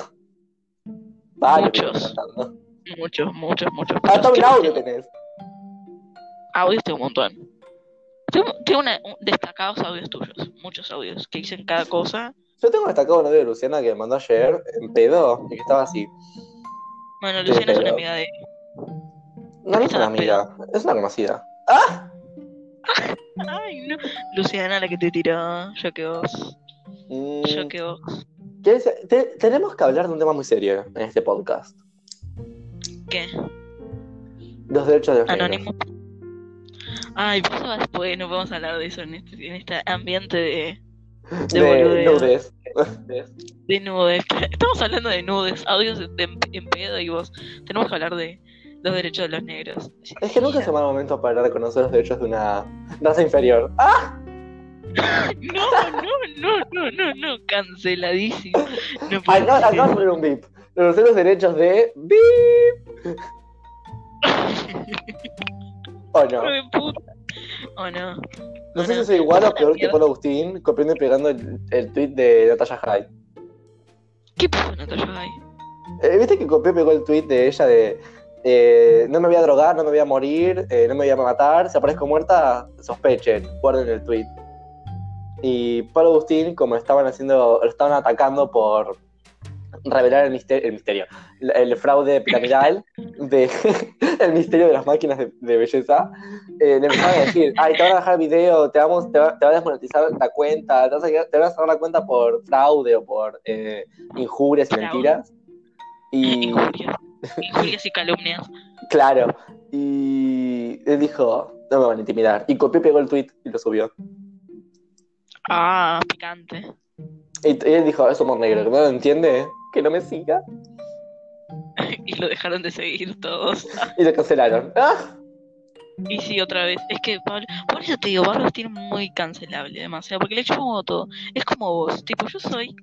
Speaker 1: Varios videos
Speaker 2: Muchos.
Speaker 1: cantando.
Speaker 2: Muchos, muchos, muchos.
Speaker 1: Hasta un
Speaker 2: muchos.
Speaker 1: Ah, audio tenés.
Speaker 2: Audios tengo un montón. Tengo, tengo una- un- destacados audios tuyos, muchos audios, que dicen cada cosa.
Speaker 1: Yo tengo destacado un audio de Luciana que me mandó ayer en pedo y que estaba así.
Speaker 2: Bueno,
Speaker 1: Sí,
Speaker 2: Luciana es una
Speaker 1: pero-
Speaker 2: amiga de...
Speaker 1: No, no es una amiga, es una conocida. ¡Ah!
Speaker 2: Ay, no. Luciana, la que te tiró. Yo que vos.
Speaker 1: Mm,
Speaker 2: Yo que vos.
Speaker 1: ¿quieres- te- tenemos que hablar de un tema muy serio en este podcast.
Speaker 2: ¿Qué?
Speaker 1: Los derechos de los negros.
Speaker 2: Anónimo. Ay, pero eso va después. No podemos hablar de eso en este, en este ambiente de, de
Speaker 1: De
Speaker 2: boludeo.
Speaker 1: nudes.
Speaker 2: de nudes. Estamos hablando de nudes, audios de- de- en pedo y vos. Tenemos que hablar de los derechos de los negros.
Speaker 1: Es que nunca es un mal momento para reconocer los derechos de una raza inferior. ¡Ah!
Speaker 2: [laughs] No, no, no, no, no, no, canceladísimo. No
Speaker 1: Ay,
Speaker 2: puedo
Speaker 1: no,
Speaker 2: creer.
Speaker 1: acabo de poner un bip. Reconocer los derechos de. ¡Bip! [laughs] ¿O no?
Speaker 2: Hijo de puta. Oh, no.
Speaker 1: No sé si
Speaker 2: Bueno,
Speaker 1: soy igual o
Speaker 2: sos
Speaker 1: peor
Speaker 2: una
Speaker 1: que Pablo Agustín copiando y pegando el, el tweet de Natalia Hyde.
Speaker 2: ¿Qué pasó, Natalia? Ay,
Speaker 1: Eh, ¿Viste que copió y pegó el tweet de ella de eh, no me voy a drogar, no me voy a morir, eh, no me voy a matar, si aparezco muerta, sospechen, guarden el tweet. Y Pablo Agustín, como estaban haciendo, lo estaban atacando por revelar el misterio, el, misterio, el, el fraude piramidal de [laughs] el misterio de las máquinas de, de belleza, eh, le empezaron a decir, ay, te van a dejar el video, te, vamos, te, va, te va a desmonetizar la cuenta, te vas a, quedar- te vas a dar la cuenta por fraude o por eh, injurias y
Speaker 2: Fraude.
Speaker 1: mentiras. Y
Speaker 2: [laughs] Injurias. Injurias y calumnias.
Speaker 1: claro, y él dijo, no me van a intimidar. Y copió y pegó el tweet y lo subió.
Speaker 2: Ah, picante.
Speaker 1: Y, y él dijo, es humor negro, que no lo entiende, que no me siga.
Speaker 2: Y lo dejaron de seguir todos.
Speaker 1: Y lo cancelaron. ¡Ah!
Speaker 2: Y sí, otra vez. Es que Pablo. Por eso te digo, Pablo es muy cancelable, demasiado. Porque le echamos todo. Es como vos. Tipo, yo soy.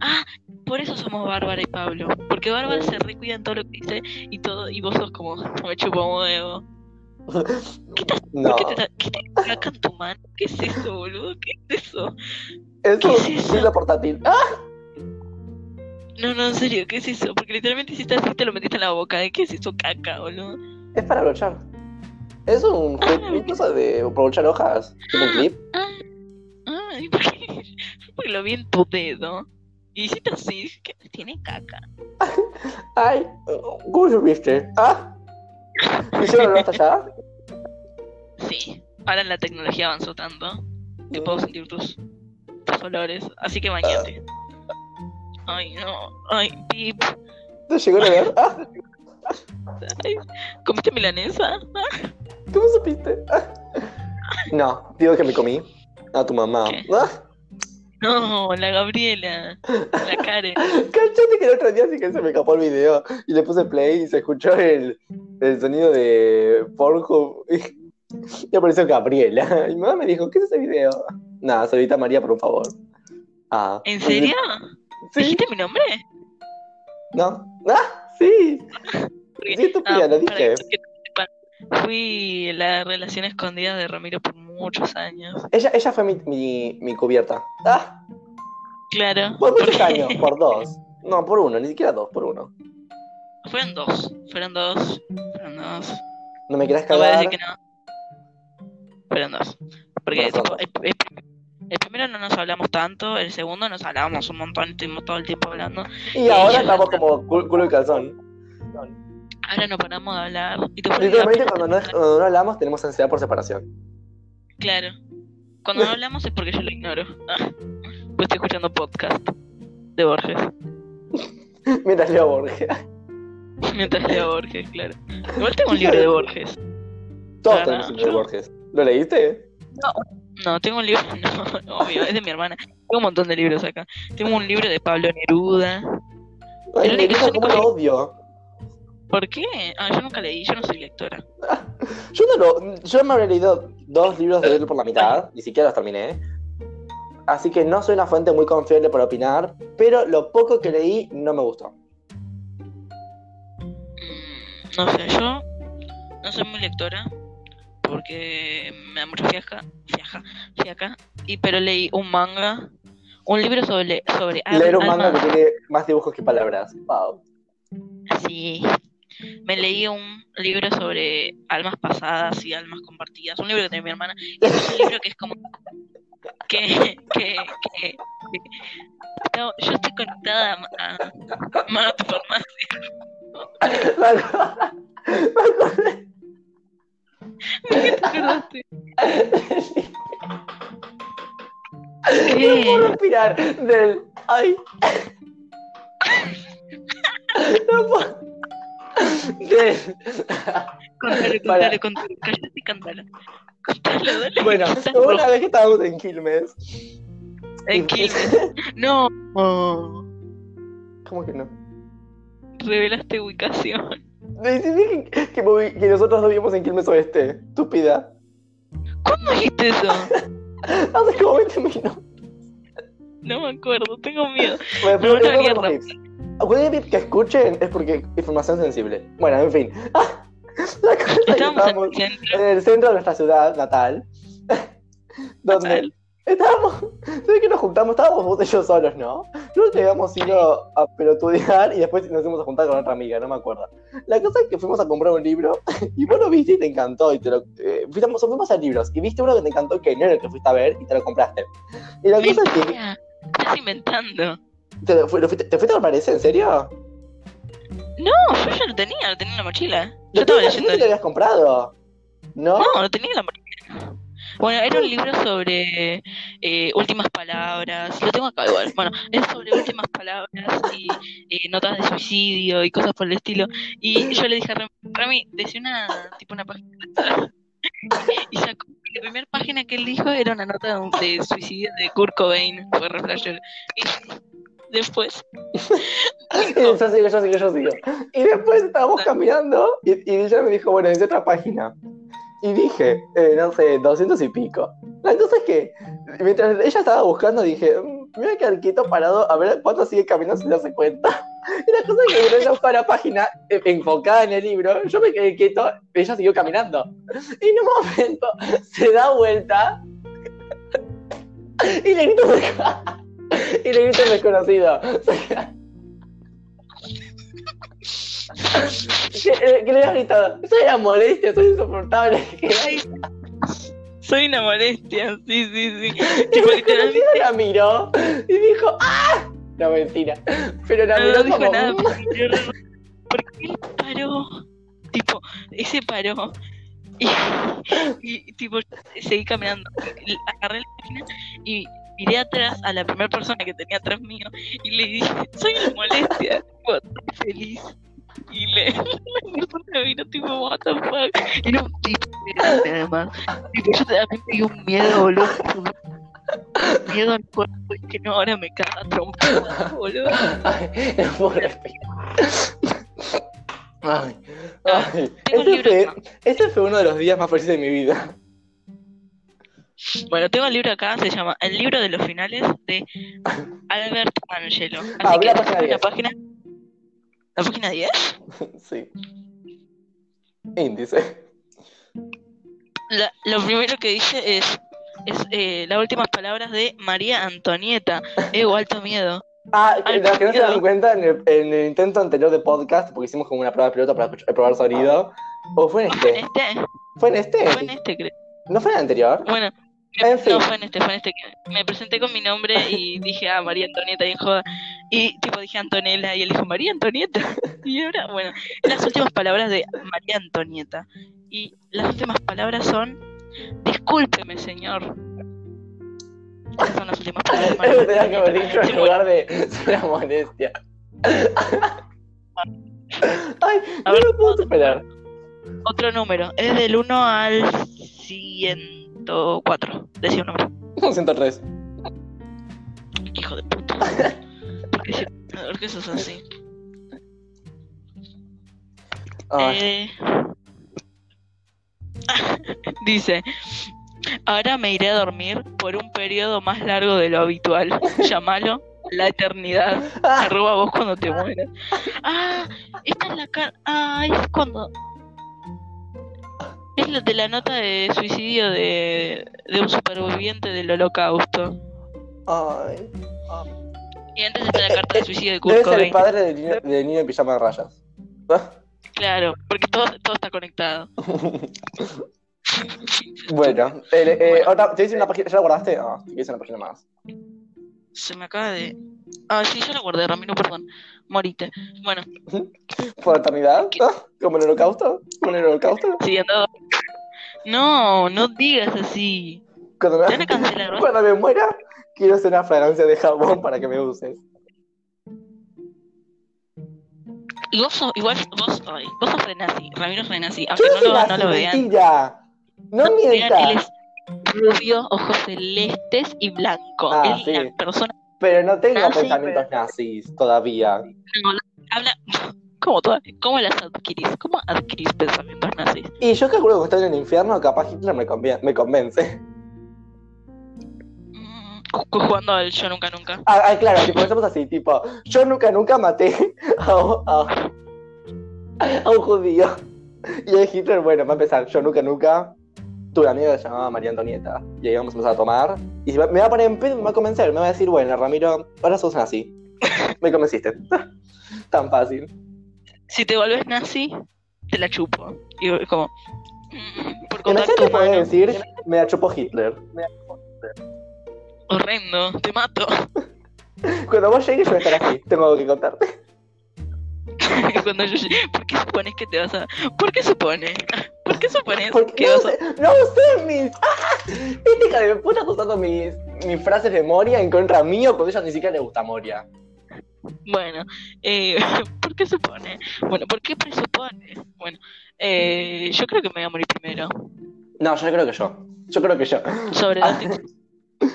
Speaker 2: Ah, por eso somos Bárbara y Pablo. Porque Bárbara se recuida en todo lo que dice y todo. Y vos sos como. "No Me chupo un huevo.
Speaker 1: No,
Speaker 2: ¿Por qué te, ta- qué te sacan tu mano? ¿Qué es eso, boludo? ¿Qué es eso?
Speaker 1: es un
Speaker 2: ¿qué es eso?
Speaker 1: hilo portátil. ¡Ah!
Speaker 2: No, no, en serio, ¿qué es eso? Porque literalmente hiciste así, te lo metiste en la boca. ¿eh? ¿Qué es eso, caca, boludo?
Speaker 1: Es para brochar. Es un clip, una cosa de aprovechar hojas. ¿Es un clip?
Speaker 2: Ah, ay, [laughs] ¿por qué? Porque lo vi en tu dedo. Y hiciste así, dije, ¿qué? tiene caca.
Speaker 1: Ay, ¿cómo supiste? ¿Ah? ¿Hicieron hasta allá?
Speaker 2: [laughs] Sí, ahora la tecnología avanzó tanto que puedo sentir tus, tus olores. Así que bañate. Ay, no. Ay, pip.
Speaker 1: ¿Te llegó a
Speaker 2: [laughs]
Speaker 1: ver? ¿Ah?
Speaker 2: Ay, ¿Comiste milanesa?
Speaker 1: ¿Cómo supiste? Ah. No, digo que me comí a tu mamá.
Speaker 2: ¿Qué?
Speaker 1: Ah.
Speaker 2: No, la Gabriela. La Karen.
Speaker 1: Cállate que el otro día sí que se me escapó el video y le puse play y se escuchó el, el sonido de Pornhub [laughs] y, y apareció Gabriela. Y mi mamá me dijo, ¿qué es ese video? Nada, solita María, por favor. Ah. [laughs]
Speaker 2: ¿En serio?
Speaker 1: Sí,
Speaker 2: ¿Dijiste
Speaker 1: [laughs]
Speaker 2: mi nombre?
Speaker 1: no. Ah, sí.
Speaker 2: Porque-
Speaker 1: Sí, estúpida, lo
Speaker 2: Ah, para
Speaker 1: dije.
Speaker 2: que sepan, Fui la relación escondida de Ramiro por muchos años.
Speaker 1: Ella, ella fue mi, mi, mi cubierta. Ah,
Speaker 2: Claro.
Speaker 1: por muchos
Speaker 2: porque-
Speaker 1: años, por dos. No, por uno, ni siquiera dos, por uno.
Speaker 2: [laughs] Fueron dos. Fueron dos. Fueron dos.
Speaker 1: No me quieras
Speaker 2: No voy a
Speaker 1: cagar.
Speaker 2: decir que no. Fueron dos. Porque
Speaker 1: Fueron
Speaker 2: tipo, el, el prim- el primero no nos hablamos tanto, el segundo nos hablábamos un montón, estuvimos todo el tiempo hablando.
Speaker 1: Y ahora estamos como cul- culo y calzón.
Speaker 2: Ahora no paramos de hablar. Y te juro que
Speaker 1: Literalmente
Speaker 2: apenas
Speaker 1: cuando no,
Speaker 2: terminamos-
Speaker 1: cuando no hablamos tenemos ansiedad por separación.
Speaker 2: Claro. Cuando no hablamos es porque yo lo ignoro. pues estoy escuchando podcast de Borges. [laughs]
Speaker 1: Mientras leo Borges.
Speaker 2: Mientras leo a Borges, claro. Igual tengo un libro de Borges.
Speaker 1: Todos
Speaker 2: Claro,
Speaker 1: tenemos un libro de
Speaker 2: yo-
Speaker 1: Borges. ¿Lo leíste?
Speaker 2: No, tengo un libro, [laughs] no, obvio, es de mi hermana. Tengo un montón de libros acá. Tengo un libro de Pablo Neruda.
Speaker 1: Ay,
Speaker 2: Yo
Speaker 1: me
Speaker 2: leí
Speaker 1: gusta
Speaker 2: los
Speaker 1: cómo lo
Speaker 2: únicos
Speaker 1: odio.
Speaker 2: ¿Por qué? Ah, yo nunca leí, yo no soy lectora.
Speaker 1: Yo no lo. Yo me habré leído dos libros de él por la mitad, ni siquiera los terminé. Así que no soy una fuente muy confiable para opinar, pero lo poco que leí no me gustó.
Speaker 2: Mm, No sé, yo no soy muy lectora porque me da mucha fiaca, fiaca, fiaca. Y pero leí un manga, un libro sobre sobre al-
Speaker 1: Leer un manga
Speaker 2: alma.
Speaker 1: que tiene más dibujos que palabras. Wow.
Speaker 2: Sí. Me leí un libro sobre almas pasadas y almas compartidas, un libro que tiene mi hermana. Y es un libro que es como que, que, que- que- no, yo estoy conectada a, a, a tu farmacia. ¿Qué te acordaste?
Speaker 1: [laughs] No puedo
Speaker 2: ¿Qué?
Speaker 1: respirar del.
Speaker 2: [laughs]
Speaker 1: Ay. No puedo. Del-
Speaker 2: Contale,
Speaker 1: Para.
Speaker 2: contale, contale. Cállate y cantalo. Contalo, dale. [laughs]
Speaker 1: Bueno,
Speaker 2: Estás
Speaker 1: una
Speaker 2: rojo.
Speaker 1: vez que estábamos en Quilmes.
Speaker 2: En Quilmes. No.
Speaker 1: ¿Cómo que no?
Speaker 2: Revelaste ubicación.
Speaker 1: Decidí que, que movi- que nosotros no vivimos en Quilmes Oeste. Estúpida.
Speaker 2: ¿Cuándo dijiste eso?
Speaker 1: Hace como 20 minutos.
Speaker 2: No me acuerdo, tengo miedo.
Speaker 1: Bueno,
Speaker 2: No,
Speaker 1: pero
Speaker 2: no,
Speaker 1: no
Speaker 2: mierda.
Speaker 1: clips. Cualquier clip que escuchen es porque información sensible. Bueno, en fin. [laughs] La cosa es que
Speaker 2: Estábamos en
Speaker 1: estábamos
Speaker 2: el centro.
Speaker 1: en el centro de nuestra ciudad natal. [laughs] Donde
Speaker 2: Natal.
Speaker 1: estábamos. ¿Sabes que nos juntamos? Estábamos vos y yo solos, ¿no? Luego que habíamos ido a pelotudear y después nos fuimos a juntar con otra amiga, no me acuerdo. La cosa es que fuimos a comprar un libro [laughs] y vos lo viste y te encantó. Y te lo, eh, fuimos, fuimos a libros y viste uno que te encantó que no era el que fuiste a ver y te lo compraste. Y la cosa es que.
Speaker 2: Mentira. Estás inventando.
Speaker 1: ¿Te, lo fu- lo fuiste, te fuiste a comprar ese? ¿En serio?
Speaker 2: No, yo ya lo tenía, lo tenía en la mochila. Yo
Speaker 1: ¿Lo
Speaker 2: estaba
Speaker 1: tenías-
Speaker 2: leyendo.
Speaker 1: ¿Te lo habías comprado? ¿No?
Speaker 2: No, lo tenía en la mochila. Bueno, era un libro sobre eh, últimas palabras. Lo tengo acá igual. Bueno, es sobre últimas palabras y eh, notas de suicidio y cosas por el estilo. Y yo le dije a Rami, Rami, decía una, tipo una página. [laughs] Y sacó, la primera página que él dijo era una nota de, un- de suicidio de Kurt Cobain. Fue re flashero. Y después,
Speaker 1: Y yo sigo, yo sigo, yo sigo. Y después estábamos caminando y, y ella me dijo, bueno, dice otra página. Y dije, eh, no sé, 200 y pico. La cosa es que mientras ella estaba buscando, dije, "Mm, me voy a quedar quieto parado a ver cuánto sigue caminando sin darse cuenta. [laughs] Y la cosa es que mientras ella buscaba la página eh, enfocada en el libro, yo me quedé quieto, ella siguió caminando. Y en un momento se da vuelta y le grito un desca- y le grito un desconocido. Que, eh, que le habías gritado, soy la molestia, soy insoportable. Que ahí
Speaker 2: Soy una molestia, sí, sí, sí.
Speaker 1: que
Speaker 2: tipo,
Speaker 1: mi
Speaker 2: literalmente
Speaker 1: conocida la miró y dijo, ¡ah! No, mentira. Pero la miró
Speaker 2: no, no dijo
Speaker 1: como,
Speaker 2: nada
Speaker 1: "Mm".
Speaker 2: porque, porque él paró. Tipo, ese paró. Y, y, tipo, seguí caminando. Y Agarré la máquina y miré atrás a la primera persona que tenía atrás mío y le dije, soy una molestia, tipo, estoy feliz. Y le [laughs] la persona vino tipo, what the fuck. Era un tipo grande además. Tipo, yo también me dio un miedo, boludo. Un Miedo al cuerpo y que no, ahora me caga trompada, boludo.
Speaker 1: [laughs] Ay, no puedo respirar. Ay, ay.
Speaker 2: Ah, Tengo un
Speaker 1: Ese,
Speaker 2: libro
Speaker 1: fue,
Speaker 2: acá.
Speaker 1: ese fue uno de los días más felices de mi vida.
Speaker 2: Bueno, tengo el libro acá, se llama El libro de los finales de Albert Angelo. Así
Speaker 1: Ah,
Speaker 2: que
Speaker 1: la página
Speaker 2: la
Speaker 1: 10.
Speaker 2: página. ¿La página 10?
Speaker 1: Sí. Índice.
Speaker 2: La- lo primero que dice es, es eh, las últimas palabras de
Speaker 1: [laughs]
Speaker 2: María Antonieta. Ew, alto miedo.
Speaker 1: Ah, que-
Speaker 2: Al
Speaker 1: los que no se
Speaker 2: pedo.
Speaker 1: dan cuenta, en el, en el intento anterior de podcast, porque hicimos como una prueba piloto para escuchar- probar sonido, o fue en
Speaker 2: ¿Fue en
Speaker 1: este,
Speaker 2: este?
Speaker 1: fue en este,
Speaker 2: Fue en este, creo.
Speaker 1: no fue en el anterior.
Speaker 2: Bueno,
Speaker 1: En fin.
Speaker 2: no fue en este, fue en este. que Me presenté con mi nombre y dije, ah, María Antonieta, bien joda. Y tipo dije Antonella y él dijo, María Antonieta. [laughs] Y ahora, bueno, las últimas palabras de María Antonieta. Y las últimas palabras son, discúlpeme, señor. Esas son las últimas palabras de
Speaker 1: [laughs]
Speaker 2: María
Speaker 1: Eso tenía que haber dicho
Speaker 2: Antonieta. Sí,
Speaker 1: en
Speaker 2: bueno,
Speaker 1: lugar de [laughs] soy una
Speaker 2: [laughs]
Speaker 1: molestia. Ay,
Speaker 2: A
Speaker 1: no
Speaker 2: ver,
Speaker 1: lo puedo superar.
Speaker 2: Otro número, es del 1 al 104. Decía un número.
Speaker 1: Un 103.
Speaker 2: Hijo
Speaker 1: [laughs]
Speaker 2: de puta. ¿Por qué, por qué sos así?
Speaker 1: Ay,
Speaker 2: Eh, [laughs] Dice, ahora me iré a dormir por un periodo más largo de lo habitual. [laughs] Llámalo
Speaker 1: [laughs]
Speaker 2: la eternidad.
Speaker 1: Ah,
Speaker 2: Arroba vos cuando te mueras. Ah, esta es la cara. Ah, es cuando. Es la de la nota de suicidio de, de un superviviente del holocausto.
Speaker 1: ay.
Speaker 2: Y antes está la carta de suicidio de Kurt
Speaker 1: Debe ser el
Speaker 2: Cobain.
Speaker 1: padre del niño, del niño en pijama de rayas. [laughs]
Speaker 2: Claro, porque todo, todo está conectado.
Speaker 1: Bueno, el, eh, otra, ¿te hice una página? ¿Ya la guardaste? Ah, te hice una página más.
Speaker 2: Se me acaba de. Ah, sí, yo la guardé, Ramiro, perdón. Morite. Bueno,
Speaker 1: ¿Por eternidad? Ah, ¿Como el holocausto? ¿Como el holocausto?
Speaker 2: siguiendo. No, no digas así.
Speaker 1: Cuando
Speaker 2: Te van
Speaker 1: me,
Speaker 2: a cancelar. ¿no?
Speaker 1: cuando me muera, quiero hacer una fragancia de jabón para que me uses.
Speaker 2: Y vos sos, igual vos, ay, vos sos renazi. Ramiro es renazi.
Speaker 1: ¿Qué
Speaker 2: Aunque no
Speaker 1: es
Speaker 2: lo,
Speaker 1: la
Speaker 2: no lo vean.
Speaker 1: mentira? No,
Speaker 2: No lo vean, él
Speaker 1: mientas.
Speaker 2: es rubio, ojos celestes y blanco.
Speaker 1: Ah,
Speaker 2: él es
Speaker 1: sí.
Speaker 2: la persona
Speaker 1: Pero no tengo
Speaker 2: Nazi,
Speaker 1: pensamientos nazis todavía.
Speaker 2: que habla. ¿Cómo, toda- ¿Cómo las adquirís? ¿Cómo adquirís pensamientos nazis?
Speaker 1: Y yo calculo que estoy en el infierno, capaz Hitler me, convien- me convence.
Speaker 2: Mm, ju- jugando al yo nunca nunca.
Speaker 1: Ah, ah, claro, tipo, estamos así, tipo, yo nunca, nunca maté a, un- a- a un judío. Y el Hitler, bueno, va a empezar, yo nunca, nunca tuve una amiga que se llamaba María Antonieta. Y ahí vamos a empezar a tomar. Y se va- me va a poner en pedo, me va a convencer, me va a decir, bueno, Ramiro, ahora sos
Speaker 2: [laughs]
Speaker 1: nazi. Me convenciste. [laughs] Tan fácil.
Speaker 2: Si te volvés nazi, te la chupo. Y es como. mm, Por contacto
Speaker 1: Imagínate poder
Speaker 2: humano.
Speaker 1: decir, me la chupó Hitler.
Speaker 2: Horrendo, te mato. [laughs]
Speaker 1: Cuando vos llegues, yo voy a estar aquí, tengo algo que contarte.
Speaker 2: Cuando yo llegue- ¿Por qué supones que te vas a.? ¿Por qué supones? [laughs] ¿Por qué supones
Speaker 1: Porque
Speaker 2: que
Speaker 1: no,
Speaker 2: vas a.?
Speaker 1: usé, no usé mis. ah, Este hija de puta está usando mis, mis frases de Moria en contra mío cuando ella ni siquiera le gusta Moria.
Speaker 2: Bueno, eh, [laughs] ¿por qué supone? Bueno, ¿por qué presupone? Bueno, eh, yo creo que me voy a morir primero.
Speaker 1: No, yo creo que yo. Yo creo que yo.
Speaker 2: Sobredosis,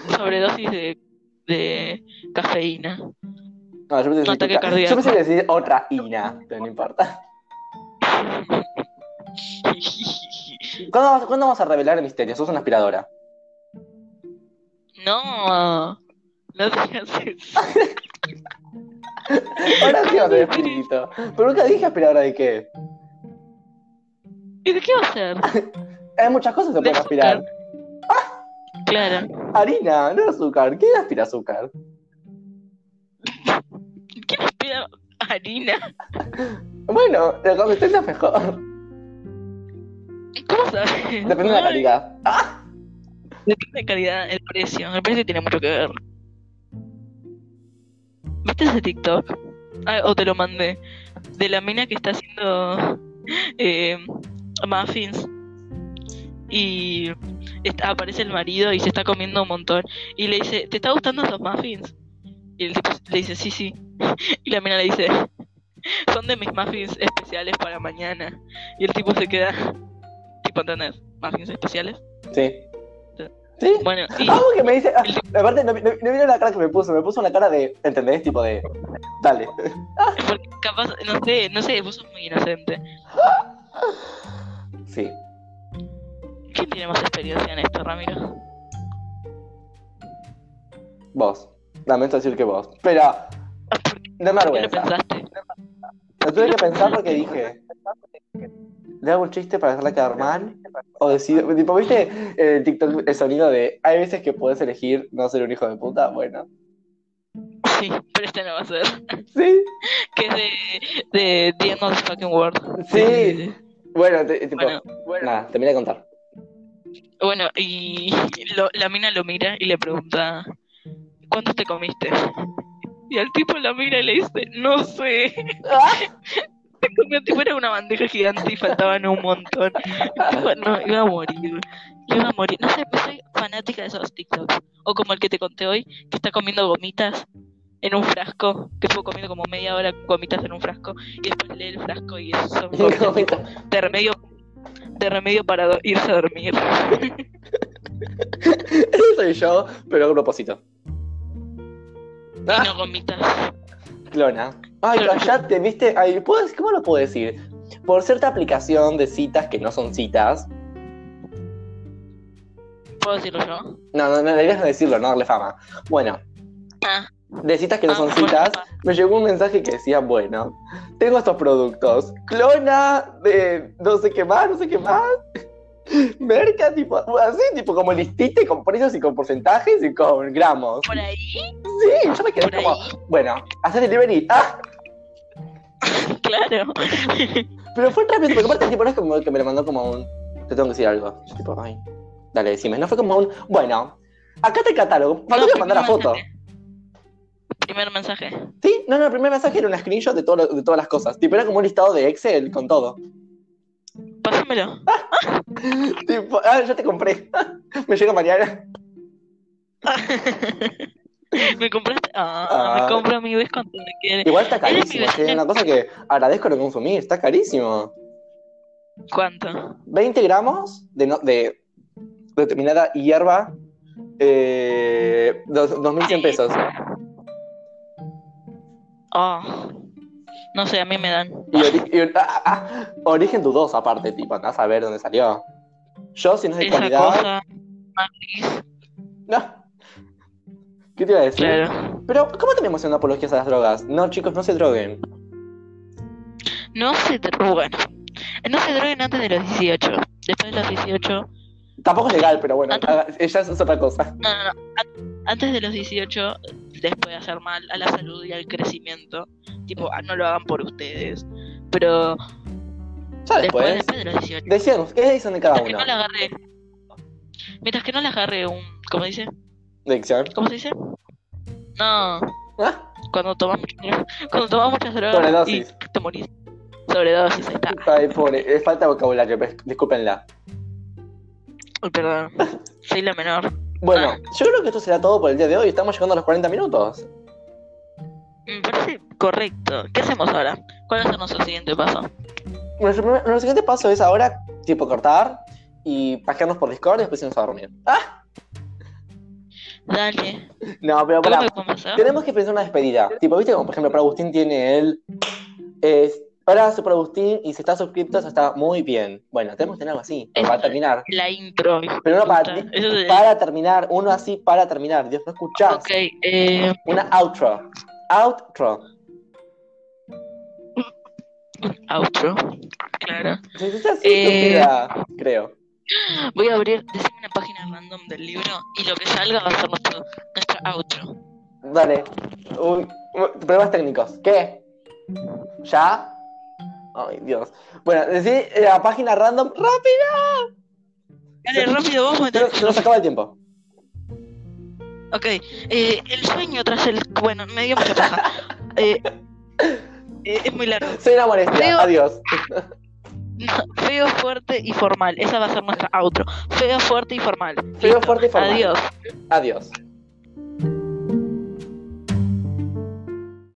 Speaker 2: [laughs] sobredosis de, de cafeína. [laughs]
Speaker 1: No, yo pensé,
Speaker 2: Un ataque
Speaker 1: ca-
Speaker 2: cardíaco.
Speaker 1: yo pensé que decir otra Ina, pero no importa. ¿Cuándo, vas- cuándo vamos a revelar el misterio? Sos una aspiradora.
Speaker 2: No, no digas eso.
Speaker 1: Ahora sí va a ser espíritu. Pero nunca dije aspiradora de qué.
Speaker 2: ¿Y de qué va a ser?
Speaker 1: Hay muchas cosas que se
Speaker 2: De
Speaker 1: pueden aspirar.
Speaker 2: Claro.
Speaker 1: Harina, no azúcar. ¿Quién aspira azúcar?
Speaker 2: ¿Quién espera harina?
Speaker 1: Bueno, la competencia es mejor.
Speaker 2: ¿Cómo sabes?
Speaker 1: Depende de la calidad.
Speaker 2: Depende de la calidad, el precio. El precio tiene mucho que ver. ¿Viste ese TikTok? Ah, o te lo mandé. De la mina que está haciendo eh, muffins. Y está- aparece el marido y se está comiendo un montón. Y le dice, ¿te está gustando esos muffins? Y el tipo le dice, sí, sí. Y la mina le dice, son de mis muffins especiales para mañana. Y el tipo se queda, tipo, ¿entendés? Muffins especiales.
Speaker 1: Sí. ¿Sí?
Speaker 2: Bueno, y...
Speaker 1: Ah, que me dice. ah, aparte, no, no, no vieron la cara que me puso. Me puso una cara de. ¿Entendés? Tipo de. Dale.
Speaker 2: Porque capaz, no sé, no sé, vos sos muy inocente.
Speaker 1: Sí.
Speaker 2: ¿Quién tiene más experiencia en esto, Ramiro?
Speaker 1: Vos. Lamento decir que vos. Pero. No me
Speaker 2: ¿Por qué lo
Speaker 1: vergüenza.
Speaker 2: pensaste? [laughs]
Speaker 1: Lo tuve que pensar porque dije. ¿Le hago un chiste para hacerla quedar mal? O decido. Tipo, ¿viste el TikTok el sonido de. Hay veces que puedes elegir no ser un hijo de puta? Bueno.
Speaker 2: Sí, pero este no va a ser.
Speaker 1: Sí.
Speaker 2: Que es de, de The End of the Fucking World.
Speaker 1: Sí. Bueno, te- tipo.
Speaker 2: Bueno,
Speaker 1: Nada, termina de contar. [laughs]
Speaker 2: bueno, y [laughs] lo- la mina lo mira y le pregunta, ¿cuántos te comiste? Y al tipo la mira y le dice, no sé. [laughs] Se comió, tipo, era una bandeja gigante y faltaban un montón. [laughs] Bueno, iba a morir. Iba a morir. No sé, pues soy fanática de esos TikToks. O como el que te conté hoy, que está comiendo gomitas en un frasco. Que estuvo comiendo como media hora gomitas en un frasco. Y después lee el frasco y eso
Speaker 1: [laughs]
Speaker 2: son gomitas de remedio, de remedio para do- irse a dormir.
Speaker 1: Ese soy yo, pero a propósito.
Speaker 2: [laughs] Y no gomitas.
Speaker 1: Clona. Ay,
Speaker 2: Clona.
Speaker 1: callate, viste. Ay, ¿puedo- ¿Cómo lo puedo decir? Por cierta aplicación de citas que no son citas.
Speaker 2: ¿Puedo decirlo yo?
Speaker 1: No, no, no, la idea es no decirlo, no darle fama. Bueno,
Speaker 2: Ah,
Speaker 1: de citas que no
Speaker 2: ah,
Speaker 1: son
Speaker 2: por
Speaker 1: citas,
Speaker 2: favor.
Speaker 1: me llegó un mensaje que decía, bueno, tengo estos productos. Clona de no sé qué más, no sé qué más. Merca, tipo, así, tipo, como listite con precios y con porcentajes y con gramos.
Speaker 2: Por ahí, [laughs]
Speaker 1: Sí, yo me quedé
Speaker 2: por ahí.
Speaker 1: como, bueno, haces delivery. ¡Ah!
Speaker 2: Claro.
Speaker 1: Pero fue rápido, porque aparte tipo, no es como que me lo mandó como un. Te tengo que decir algo. Yo tipo, ay. Dale, decime. No fue como un. Bueno, acá te catálogo. Faltó
Speaker 2: No,
Speaker 1: que mandara
Speaker 2: primer
Speaker 1: foto.
Speaker 2: mensaje. Primer mensaje.
Speaker 1: ¿Sí? No, no, el primer mensaje era un screenshot de, todo lo- de todas las cosas. Tipo, era como un listado de Excel con todo. [laughs]
Speaker 2: Pásamelo.
Speaker 1: Tipo, ah, ya te compré. [laughs] me llega mañana.
Speaker 2: me compraste. Ah,
Speaker 1: Ah.
Speaker 2: me compro mi vez cuando me quiere.
Speaker 1: Igual
Speaker 2: [laughs]
Speaker 1: está
Speaker 2: Eres mi
Speaker 1: carísimo. Es
Speaker 2: vecina.
Speaker 1: una cosa que agradezco lo consumí. Está carísimo.
Speaker 2: ¿Cuánto?
Speaker 1: 20 gramos de, no- de determinada hierba. Eh, dos- 2.100 pesos.
Speaker 2: Ah. No sé, a mí me dan.
Speaker 1: Y, ori- y or- ah, ah, ah, origen dudoso, aparte, tipo, andás a ver dónde salió. Yo, si no es de
Speaker 2: Esa
Speaker 1: calidad.
Speaker 2: cosa. más gris,
Speaker 1: No. ¿Qué te iba a decir?
Speaker 2: Claro.
Speaker 1: Pero, ¿cómo tenemos una apología a las drogas? No, chicos, no se droguen.
Speaker 2: No se drogan. No se droguen antes de los 18. Después de los 18.
Speaker 1: Tampoco es legal, pero bueno,
Speaker 2: Ah, no.
Speaker 1: haga- ella es otra cosa.
Speaker 2: No, no, no. An- Antes de los 18 les puede hacer mal a la salud y al crecimiento. Tipo, ah, no lo hagan por ustedes. Pero
Speaker 1: Ya después.
Speaker 2: después, después de los 18.
Speaker 1: Decíamos, ¿qué dicen de cada
Speaker 2: Mientras que
Speaker 1: uno?
Speaker 2: no le agarre. Mientras que no le agarre un. ¿Cómo dice?
Speaker 1: Adicción.
Speaker 2: ¿Cómo se dice? No.
Speaker 1: ¿Ah?
Speaker 2: Cuando tomas mucho- [laughs] cuando tomas muchas drogas
Speaker 1: Sobredosis.
Speaker 2: y te morís. Sobredosis, ahí está.
Speaker 1: Ay, pobre, es falta de vocabulario, pero discúlpenla.
Speaker 2: Ay, Perdón. Soy la menor.
Speaker 1: Bueno,
Speaker 2: Ah.
Speaker 1: yo creo que esto será todo por el día de hoy. Estamos llegando a los 40 minutos.
Speaker 2: Me parece correcto. ¿Qué hacemos ahora? ¿Cuál es nuestro siguiente paso?
Speaker 1: Nuestro, primer- nuestro siguiente paso es ahora, tipo, cortar y pajearnos por Discord y después irnos a dormir. Ah,
Speaker 2: Dale.
Speaker 1: No, pero
Speaker 2: ¿Cómo
Speaker 1: pará.
Speaker 2: que comenzar?
Speaker 1: Tenemos que pensar una despedida. Tipo, viste, como por ejemplo, para Agustín tiene el. Es, ahora super Agustín y si está suscrito, eso está muy bien. Bueno, tenemos que tener algo así.
Speaker 2: Eso.
Speaker 1: Para terminar.
Speaker 2: La intro. hijo de
Speaker 1: Pero no, para
Speaker 2: puta.
Speaker 1: ti-
Speaker 2: Eso es-
Speaker 1: Para terminar. Uno así para terminar. Dios, no escuchás.
Speaker 2: eh. Ok, eh,
Speaker 1: Una outro. Outro.
Speaker 2: outro. Claro.
Speaker 1: Si se así,
Speaker 2: Eh.
Speaker 1: estúpida, creo.
Speaker 2: Voy a abrir, decime una página random del libro y lo que salga va a ser nuestro, nuestro outro.
Speaker 1: Dale. Uy, uy, problemas técnicos. ¿Qué? ¿Ya? Ay, Dios. Bueno, decí la página random rápido.
Speaker 2: Dale, rápido, vos
Speaker 1: Se
Speaker 2: Mateo.
Speaker 1: nos- Se nos acaba el tiempo.
Speaker 2: Ok, eh, el sueño tras el... Bueno, me dio mucha
Speaker 1: [laughs]
Speaker 2: paja. Eh, eh, es muy largo.
Speaker 1: Soy una molestia.
Speaker 2: Creo-
Speaker 1: este. Adiós.
Speaker 2: Feo, fuerte y formal. Esa va a ser nuestra outro. Feo, fuerte y formal.
Speaker 1: Feo, fuerte y formal.
Speaker 2: Adiós.
Speaker 1: Adiós.